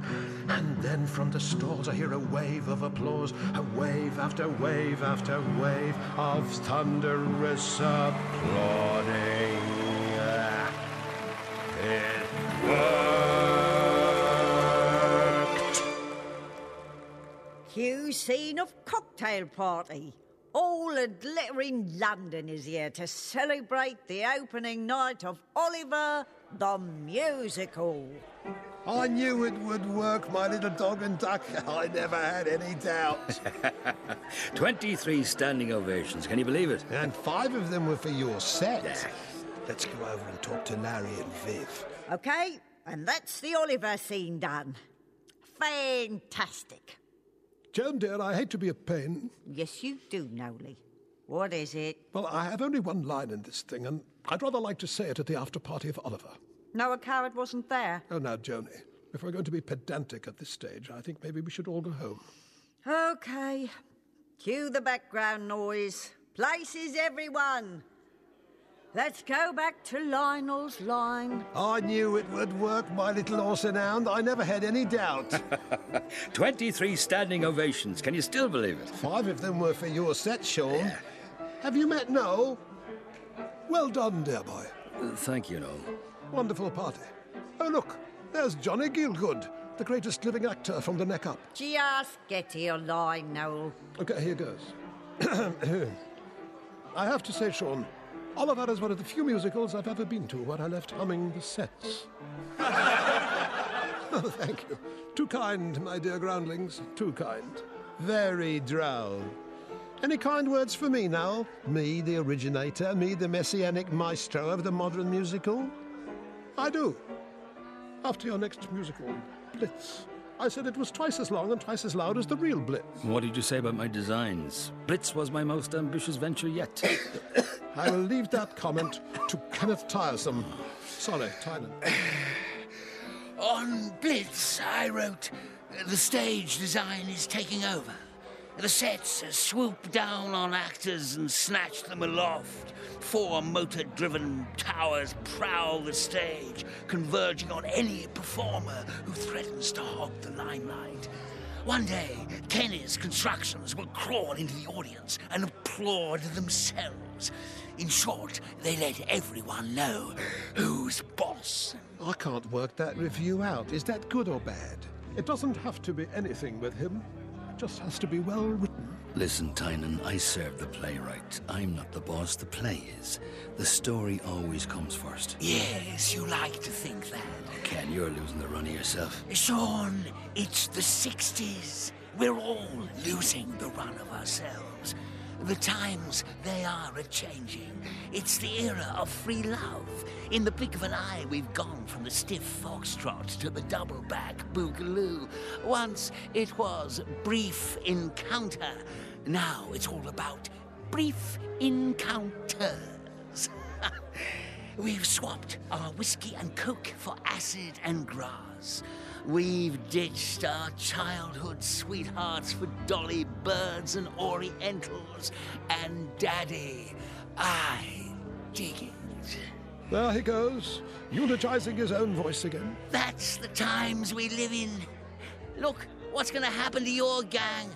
S7: And then from the stalls I hear a wave of applause, a wave after wave after wave of thunderous applauding. It worked.
S4: Cue scene of cocktail party. All the glitter in London is here to celebrate the opening night of Oliver the Musical.
S19: I knew it would work, my little dog and duck. I never had any doubt.
S9: 23 standing ovations. Can you believe it?
S7: And five of them were for your set.
S19: Let's go over and talk to Larry and Viv.
S4: Okay, and that's the Oliver scene done. Fantastic.
S1: Joan, dear, I hate to be a pain.
S4: Yes, you do, Nolly. What is it?
S1: Well, I have only one line in this thing, and I'd rather like to say it at the after party of Oliver.
S4: Noah Coward wasn't there.
S1: Oh, now, Joni, if we're going to be pedantic at this stage, I think maybe we should all go home.
S4: Okay. Cue the background noise. Places, everyone. Let's go back to Lionel's line.
S7: I knew it would work, my little horse and hound. I never had any doubt.
S9: 23 standing ovations. Can you still believe it?
S7: Five of them were for your set, Sean.
S1: Have you met Noel? Well done, dear boy.
S9: Uh, Thank you, Noel.
S1: Wonderful party. Oh, look, there's Johnny Gielgud, the greatest living actor from the neck up.
S4: Just get to your line, Noel.
S1: Okay, here goes. I have to say, Sean, Oliver is one of the few musicals I've ever been to where I left humming the sets. oh, thank you. Too kind, my dear groundlings. Too kind.
S7: Very droll. Any kind words for me now? Me, the originator, me, the messianic maestro of the modern musical?
S1: I do. After your next musical, Blitz, I said it was twice as long and twice as loud as the real Blitz.
S9: What did you say about my designs? Blitz was my most ambitious venture yet.
S1: I will leave that comment to Kenneth Tiresome. Sorry, Tynan.
S14: On Blitz, I wrote, the stage design is taking over. The sets swoop down on actors and snatch them aloft. Four motor driven towers prowl the stage, converging on any performer who threatens to hog the limelight. One day, Kenny's constructions will crawl into the audience and applaud themselves. In short, they let everyone know who's boss.
S7: I can't work that review out. Is that good or bad?
S1: It doesn't have to be anything with him, it just has to be well written.
S9: Listen, Tynan, I serve the playwright. I'm not the boss, the play is. The story always comes first.
S14: Yes, you like to think that.
S9: Ken, you're losing the run of yourself.
S14: Sean, it's the 60s. We're all losing the run of ourselves. The times, they are a changing. It's the era of free love. In the blink of an eye, we've gone from the stiff foxtrot to the double back boogaloo. Once it was brief encounter. Now it's all about brief encounters. We've swapped our whiskey and coke for acid and grass. We've ditched our childhood sweethearts for dolly birds and orientals and daddy. I dig it.
S1: There he goes, eulogizing his own voice again.
S14: That's the times we live in. Look, what's going to happen to your gang?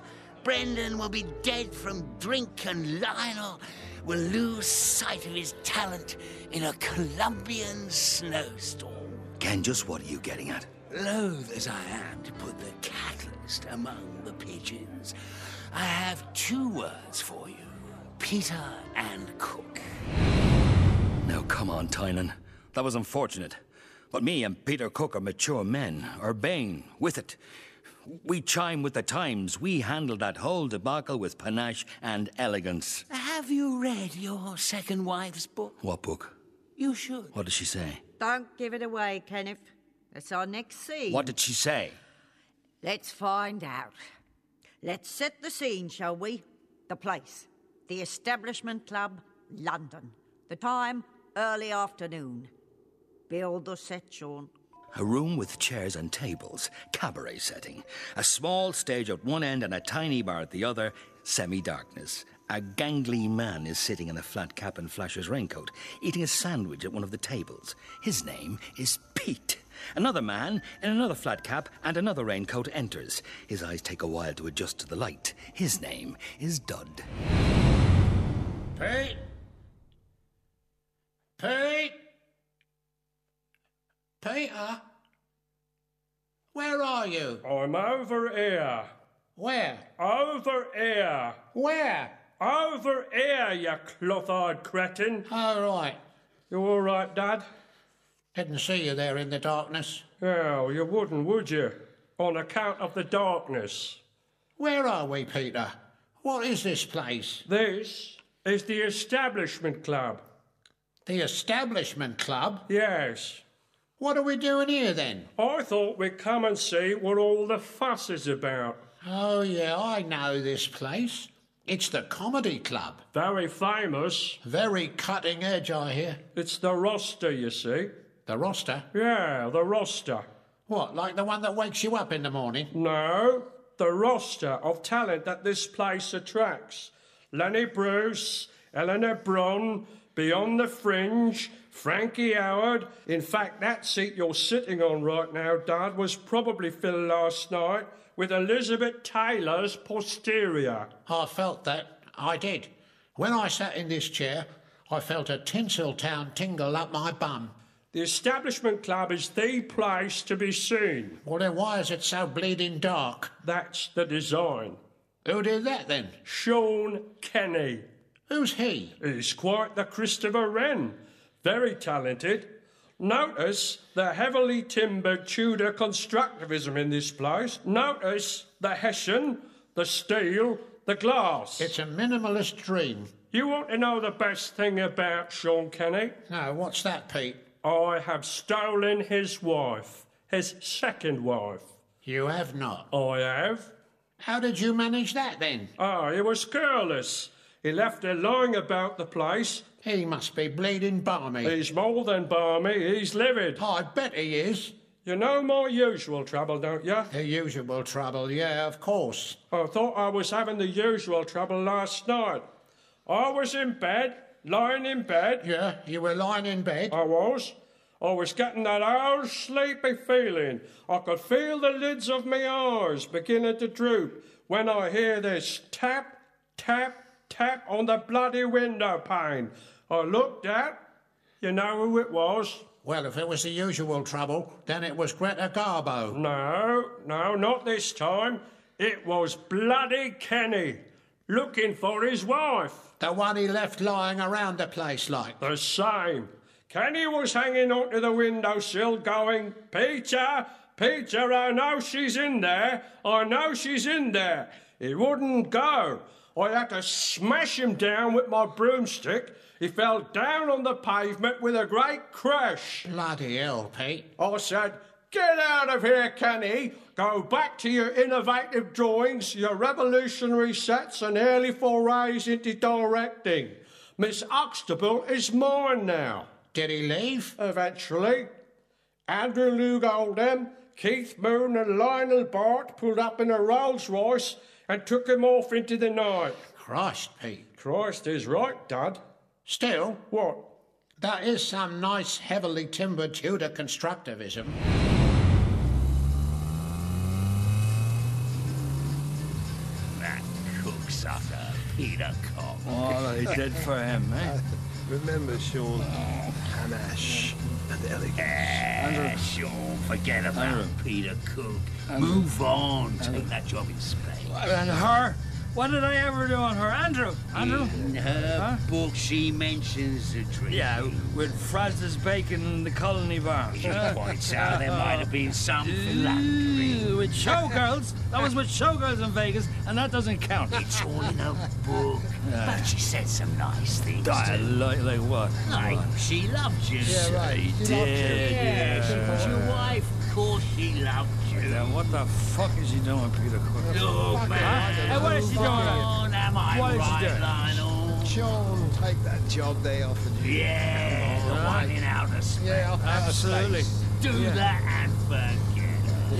S14: Brendan will be dead from drink, and Lionel will lose sight of his talent in a Colombian snowstorm.
S9: Ken, just what are you getting at?
S14: Loath as I am to put the catalyst among the pigeons, I have two words for you Peter and Cook.
S9: Now, come on, Tynan. That was unfortunate. But me and Peter Cook are mature men, urbane, with it. We chime with the times. We handle that whole debacle with panache and elegance.
S14: Have you read your second wife's book?
S9: What book?
S14: You should.
S9: What does she say?
S4: Don't give it away, Kenneth. That's our next scene.
S9: What did she say?
S4: Let's find out. Let's set the scene, shall we? The place. The Establishment Club, London. The time, early afternoon. Build the set, Sean.
S9: A room with chairs and tables, cabaret setting. A small stage at one end and a tiny bar at the other, semi darkness. A gangly man is sitting in a flat cap and flasher's raincoat, eating a sandwich at one of the tables. His name is Pete. Another man in another flat cap and another raincoat enters. His eyes take a while to adjust to the light. His name is Dud.
S14: Pete? Pete?
S20: Ah.
S14: Peter? Where are you?
S21: I'm over here.
S14: Where?
S21: Over here.
S14: Where?
S21: Over here, you cloth-eyed cretin.
S14: All right.
S21: You all right, Dad?
S14: Didn't see you there in the darkness.
S21: Oh, you wouldn't, would you? On account of the darkness.
S14: Where are we, Peter? What is this place?
S21: This is the Establishment Club.
S14: The Establishment Club?
S21: Yes.
S14: What are we doing here then?
S21: I thought we'd come and see what all the fuss is about.
S14: Oh, yeah, I know this place. It's the comedy club.
S21: Very famous.
S14: Very cutting edge, I hear.
S21: It's the roster, you see.
S14: The roster?
S21: Yeah, the roster.
S14: What, like the one that wakes you up in the morning?
S21: No, the roster of talent that this place attracts. Lenny Bruce, Eleanor Bron, Beyond the Fringe, Frankie Howard. In fact, that seat you're sitting on right now, Dad, was probably filled last night with Elizabeth Taylor's posterior.
S14: I felt that. I did. When I sat in this chair, I felt a Tinseltown tingle up my bum.
S21: The Establishment Club is the place to be seen.
S14: Well, then why is it so bleeding dark?
S21: That's the design.
S14: Who did that then?
S21: Sean Kenny.
S14: Who's he?
S21: He's quite the Christopher Wren very talented. Notice the heavily timbered Tudor constructivism in this place. Notice the Hessian, the steel, the glass.
S14: It's a minimalist dream.
S21: You want to know the best thing about Sean Kenny?
S14: No, what's that, Pete?
S21: I have stolen his wife, his second wife.
S14: You have not.
S21: I have.
S14: How did you manage that then?
S21: Ah, oh, he was careless. He left her lying about the place,
S14: he must be bleeding balmy.
S21: He's more than balmy, he's livid.
S14: I bet he is.
S21: You know my usual trouble, don't you?
S14: The usual trouble, yeah, of course.
S21: I thought I was having the usual trouble last night. I was in bed, lying in bed.
S14: Yeah, you were lying in bed.
S21: I was. I was getting that old sleepy feeling. I could feel the lids of my eyes beginning to droop when I hear this tap, tap, tap on the bloody window pane. I looked at, you know who it was.
S14: Well, if it was the usual trouble, then it was Greta Garbo.
S21: No, no, not this time. It was bloody Kenny, looking for his wife.
S14: The one he left lying around the place like.
S21: The same. Kenny was hanging onto the windowsill going, Peter, Peter, I know she's in there. I know she's in there. He wouldn't go. I had to smash him down with my broomstick. He fell down on the pavement with a great crash.
S14: Bloody hell, Pete.
S21: I said, Get out of here, Kenny. Go back to your innovative drawings, your revolutionary sets, and early forays into directing. Miss Oxtable is mine now.
S14: Did he leave?
S21: Eventually. Andrew Luke Oldham, Keith Moon, and Lionel Bart pulled up in a Rolls Royce and took him off into the night.
S14: Christ, Pete.
S21: Christ is right, Dad.
S14: Still,
S21: what?
S14: That is some nice, heavily timbered Tudor constructivism.
S9: Oh,
S14: That
S17: cooksucker, Peter Cock.
S9: All he did for him, eh?
S13: Remember, Sean, panache and elegance.
S17: Uh, Sean, forget about Peter Cook. Move on. Take that job in Spain.
S9: And her?
S14: What did I ever do on her? Andrew! Andrew?
S9: Mm,
S20: In her book, she mentions the tree.
S14: Yeah, with Francis Bacon and the Colony Bar.
S20: She points out there might have been some philandering.
S14: With showgirls? That was with showgirls in Vegas, and that doesn't count.
S20: It's all in her book. But she said some nice things.
S14: Di-
S20: too.
S14: like, like what?
S20: Like,
S14: What?
S20: she loved you.
S14: Yeah, right. She loved you.
S20: did. Yeah,
S14: Yeah.
S20: she was your wife. Of course she loved you.
S14: Then what the fuck is she doing, Peter Cook?
S20: Look, man.
S14: Hey, what is she doing?
S20: John, am I
S14: What is she
S20: right,
S14: doing?
S20: Lionel?
S7: John, take that job they offered you.
S20: Yeah, the one in outer space.
S7: Yeah, outer
S14: Absolutely.
S7: space.
S20: Do
S14: Yeah.
S20: that and forget.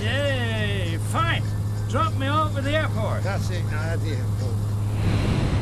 S20: it.
S14: Yay! Fine! Drop me off at the airport.
S7: That's it, now at the airport.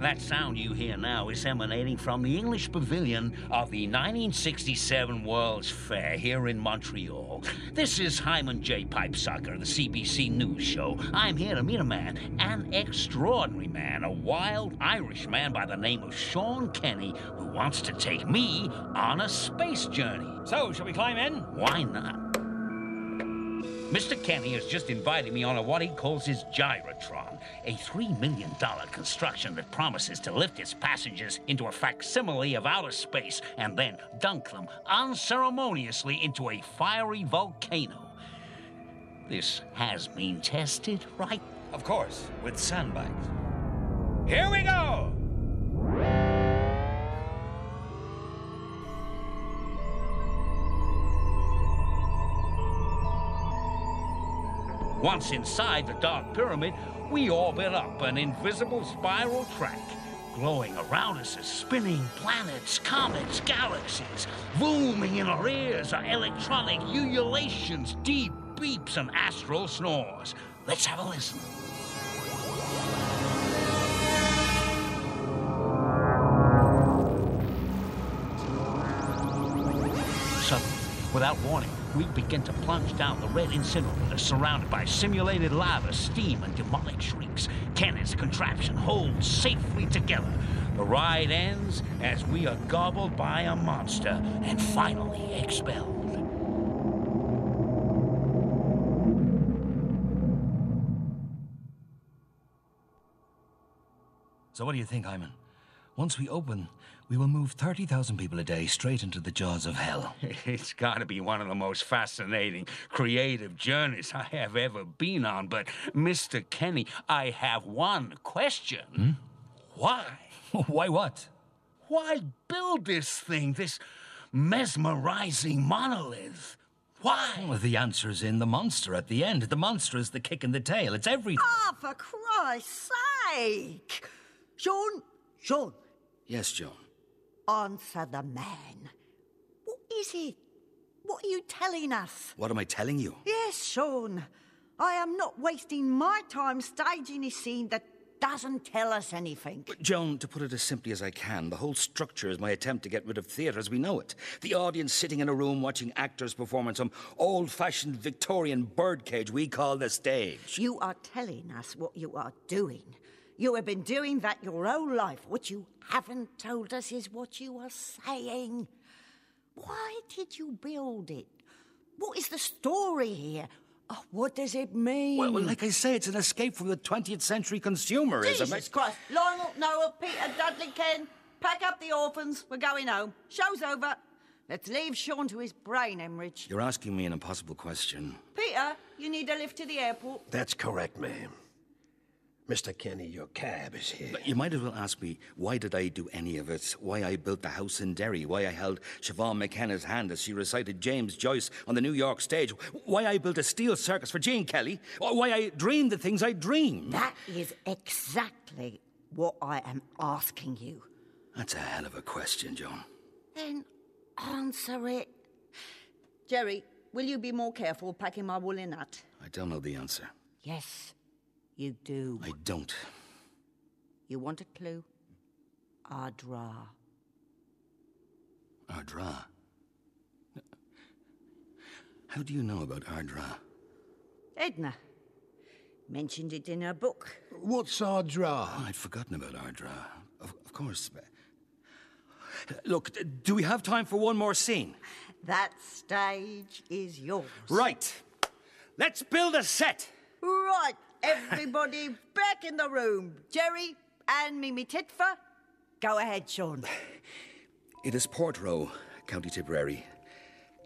S20: That sound you hear now is emanating from the English pavilion of the 1967 World's Fair here in Montreal. This is Hyman J. Pipesucker, the CBC News Show. I'm here to meet a man, an extraordinary man, a wild Irish man by the name of Sean Kenny, who wants to take me on a space journey.
S14: So, shall we climb in?
S20: Why not? Mr. Kenny has just invited me on a what he calls his gyrotron, a $3 million construction that promises to lift its passengers into a facsimile of outer space and then dunk them unceremoniously into a fiery volcano. This has been tested, right?
S9: Of course, with sandbags.
S20: Here we go! Once inside the Dark Pyramid, we orbit up an invisible spiral track. Glowing around us are spinning planets, comets, galaxies. Booming in our ears are electronic ululations, deep beeps, and astral snores. Let's have a listen. Suddenly, without warning, we begin to plunge down the red incinerator surrounded by simulated lava, steam, and demonic shrieks. Cannon's contraption holds safely together. The ride ends as we are gobbled by a monster and finally expelled.
S9: So, what do you think, Hyman? Once we open, we will move 30,000 people a day straight into the jaws of hell.
S20: It's got to be one of the most fascinating creative journeys I have ever been on, but Mr. Kenny, I have one question. Why?
S9: Why what?
S20: Why build this thing, this mesmerizing monolith? Why?
S9: Well, the answer's in the monster at the end. The monster is the kick in the tail. It's everything.
S4: Ah, for Christ's sake! Sean, Sean,
S9: Yes, Joan.
S4: answer the man. What is it? What are you telling us?
S9: What am I telling you?
S4: Yes, Sean. I am not wasting my time staging a scene that doesn't tell us anything.
S9: Joan, to put it as simply as I can, the whole structure is my attempt to get rid of theatre as we know it. The audience sitting in a room watching actors perform on some old fashioned Victorian birdcage we call the stage.
S4: You are telling us what you are doing. You have been doing that your whole life. What you haven't told us is what you are saying. Why did you build it? What is the story here? Oh, what does it mean?
S9: Well, well, like I say, it's an escape from the 20th century consumerism.
S4: Jesus Christ. Lionel, Noah, Peter, Dudley, Ken, pack up the orphans. We're going home. Show's over. Let's leave Sean to his brain hemorrhage.
S9: You're asking me an impossible question.
S4: Peter, you need a lift to the airport.
S22: That's correct, ma'am. Mr. Kenny, your cab is here.
S9: But you might as well ask me, why did I do any of it? Why I built the house in Derry? Why I held Siobhan McKenna's hand as she recited James Joyce on the New York stage? Why I built a steel circus for Gene Kelly? Or why I dreamed the things I dreamed?
S4: That is exactly what I am asking you.
S9: That's a hell of a question, John.
S4: Then answer it. Jerry, will you be more careful packing my woolly nut?
S9: I don't know the answer.
S4: Yes, you do.
S9: I don't.
S4: You want a clue? Ardra.
S9: Ardra. How do you know about Ardra?
S4: Edna mentioned it in her book.
S9: What's Ardra? I'd forgotten about Ardra. Of, of course. Look, d- do we have time for one more scene?
S4: That stage is yours.
S9: Right. Let's build a set.
S4: Right, everybody back in the room. Jerry, and Mimi Titfer. Go ahead, Sean.
S9: It is Port Row, County Tipperary,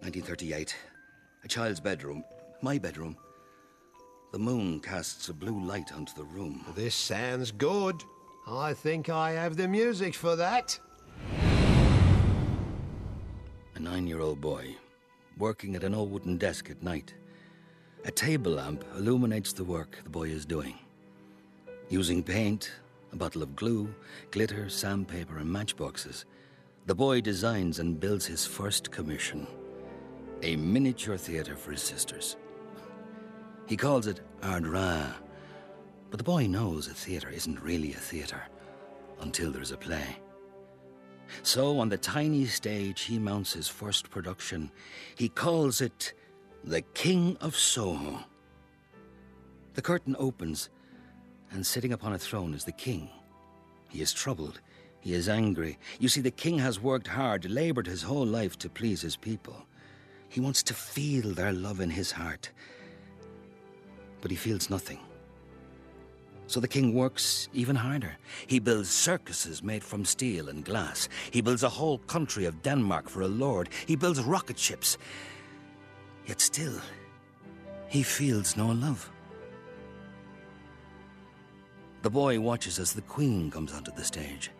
S9: 1938. A child's bedroom. My bedroom. The moon casts a blue light onto the room.
S13: This sounds good. I think I have the music for that.
S9: A nine year old boy, working at an old wooden desk at night. A table lamp illuminates the work the boy is doing. Using paint, a bottle of glue, glitter, sandpaper, and matchboxes, the boy designs and builds his first commission a miniature theatre for his sisters. He calls it Ardra, but the boy knows a theatre isn't really a theatre until there's a play. So, on the tiny stage, he mounts his first production. He calls it The King of Soho. The curtain opens, and sitting upon a throne is the king. He is troubled. He is angry. You see, the king has worked hard, labored his whole life to please his people. He wants to feel their love in his heart. But he feels nothing. So the king works even harder. He builds circuses made from steel and glass. He builds a whole country of Denmark for a lord. He builds rocket ships. Yet still, he feels no love. The boy watches as the queen comes onto the stage.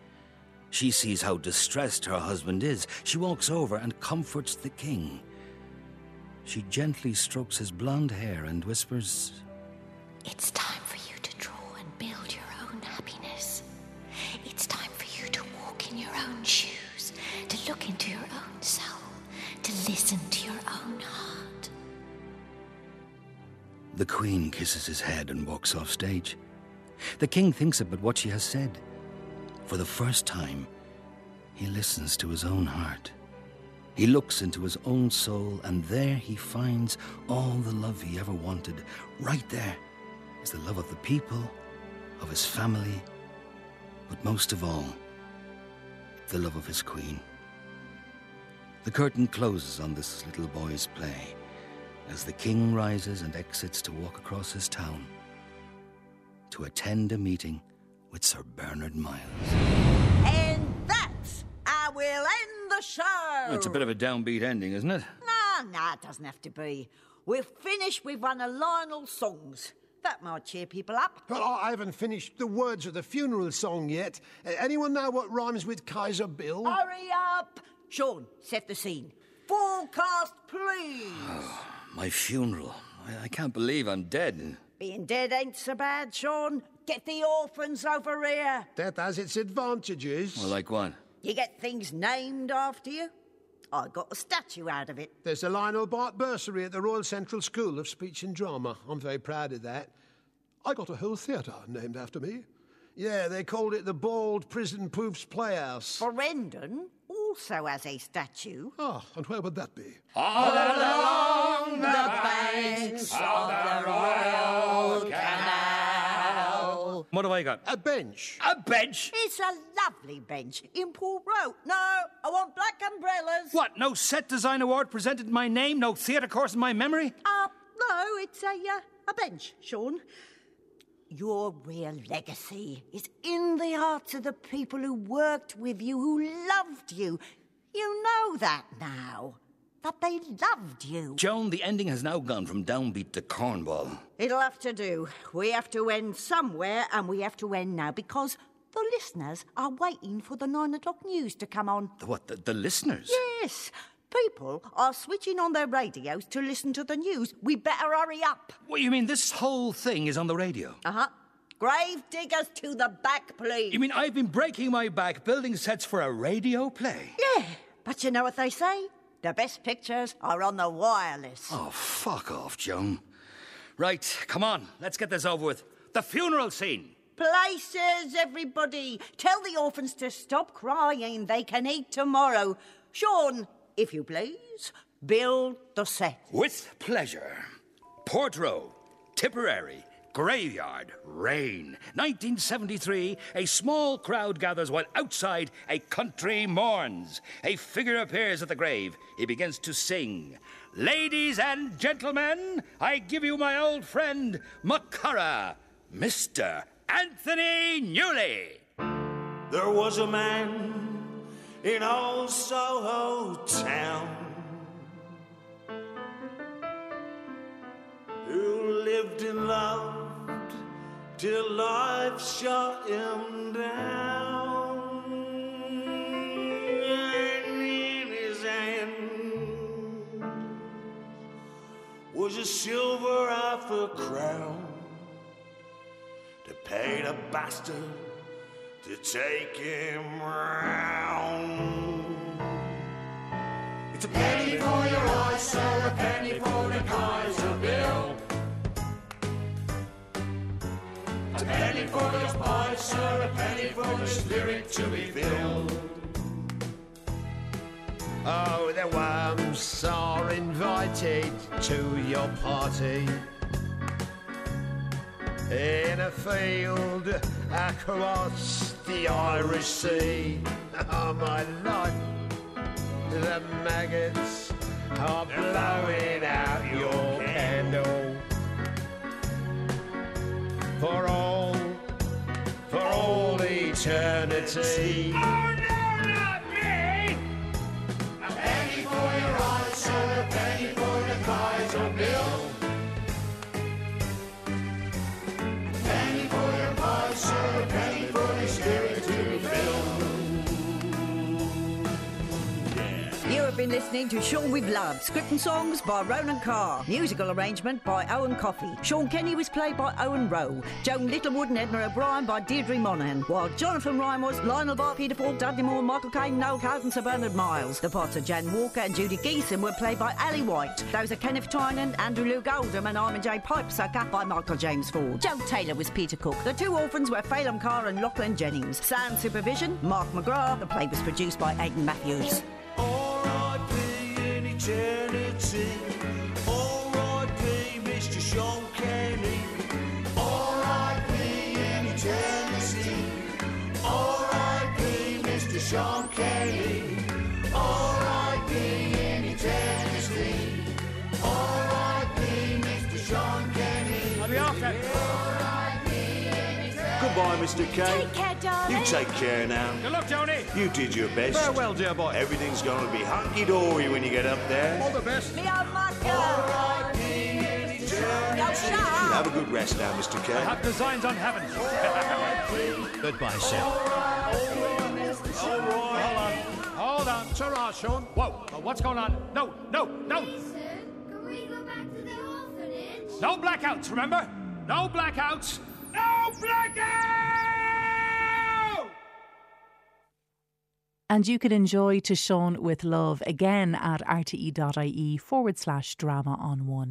S9: She sees how distressed her husband is. She walks over and comforts the king. She gently strokes his blonde hair and whispers,
S18: It's time for you to draw and build your own happiness. It's time for you to walk in your own shoes, to look into your own soul, to listen to your own heart.
S9: The queen kisses his head and walks off stage. The king thinks about what she has said. For the first time, he listens to his own heart. He looks into his own soul, and there he finds all the love he ever wanted. Right there is the love of the people, of his family, but most of all, the love of his queen. The curtain closes on this little boy's play as the king rises and exits to walk across his town to attend a meeting with Sir Bernard Miles.
S4: And that's how we'll end the show.
S9: It's a bit of a downbeat ending, isn't it?
S4: Nah, nah, it doesn't have to be. We're finished with one of Lionel's songs. That might cheer people up.
S13: Well, Oh, I I haven't finished the words of the funeral song yet. Uh, Anyone know what rhymes with Kaiser Bill?
S4: Hurry up! Sean, set the scene. Forecast, please.
S9: My funeral. I, I can't believe I'm dead.
S4: Being dead ain't so bad, Sean. Get the orphans over here.
S13: Death has its advantages.
S9: Well, like what?
S4: You get things named after you. I got a statue out of it.
S13: There's the Lionel Bart Bursary at the Royal Central School of Speech and Drama. I'm very proud of that. I got a whole theatre named after me. Yeah, they called it the Bald Prison Poofs Playhouse.
S4: Brendon also has a statue.
S13: Ah, and where would that be?
S18: All along the banks of the Royal Canal.
S9: What have I got?
S13: A bench.
S9: A bench?
S4: It's a lovely bench in Port Road. No, I want black umbrellas.
S9: What? No set design award presented in my name? No theatre course in my memory?
S4: Uh, no, it's a, uh, a bench, Sean. Your real legacy is in the hearts of the people who worked with you, who loved you. You know that now. That they loved you.
S9: Joan, the ending has now gone from downbeat to cornball.
S4: It'll have to do. We have to end somewhere, and we have to end now because the listeners are waiting for the nine o'clock news to come on.
S9: The, what? The, the listeners?
S4: Yes, people are switching on their radios to listen to the news. We better hurry up.
S9: What, you mean this whole thing is on the radio?
S4: Uh huh. Grave diggers to the back, please.
S9: You mean I've been breaking my back building sets for a radio play?
S4: Yeah, but you know what they say? The best pictures are on the wireless.
S9: Oh, fuck off, Joan. Right, come on, let's get this over with. The funeral scene.
S4: Places, everybody. Tell the orphans to stop crying. They can eat tomorrow. Sean, if you please, build the set.
S9: With pleasure. Port Row, Tipperary, Graveyard, rain. 1973, a small crowd gathers while outside a country mourns. A figure appears at the grave. He begins to sing. Ladies and gentlemen, I give you my old friend, Makara, Mr. Anthony Newley.
S8: There was a man in old Soho town who lived and loved till life shut him down. And in his hand was a silver half a crown to pay the bastard to take him round. It's a penny for your eyes, so a penny for the Kaiser bill. It's a penny for your pipe, sir, a penny for the spirit to be filled.
S7: Oh, the worms are invited to your party. In a field across the Irish Sea. Oh, my Lord, the maggots are blowing out your candle. For all, for all eternity.
S8: A penny for your eyes, sir, a penny for the Kaiser bill. A penny for your pipe, sir, a penny for the spirit to be filled.
S4: You have been listening to Sean with Love, script and songs by Ronan Carr, musical arrangement by Owen Coffey. Sean Kenny was played by Owen Rowe, Joan Littlewood and Edna O'Brien by Deirdre Monahan, while Jonathan Ryan was Lionel Bart, Peter Paul, Dudley Moore, Michael Caine, Noel Cowden, Sir Bernard Miles. The parts of Jan Walker and Judy Geeson were played by Ali White. Those are Kenneth Tynan, Andrew Lou Goldham, and Armin J. Pipesucker by Michael James Ford. Joe Taylor was Peter Cook. The two orphans were Phelan Carr and Lachlan Jennings. Sound supervision, Mark McGrath. The play was produced by Aidan Matthews.
S8: in eternity. R.I.P. Mr. Sean Kenny. R.I.P. in eternity. R.I.P. Mr. Sean Kenny. R.I.P. in eternity. R.I.P. Mr. Sean Kenny. I'll be off then. Goodbye, Mr. K.
S23: Take care, darling.
S8: You take care now.
S23: Good luck, Tony.
S8: You did your best.
S23: Farewell,
S8: dear boy. Everything's going to be hunky dory when you get up there.
S23: All the
S8: best.
S4: Leo Muska.
S23: Now shut up.
S8: Have a good rest now, Mr. K. I have designs on heaven.
S24: Goodbye, Chef.
S18: Hold on. Ta-ra, Sean. Whoa. Oh, What's going on? No, no, no. No blackouts, remember? No blackouts. No blackouts!
S5: And you could E enjoy To Sean with Love again at rte.ie forward slash drama on one.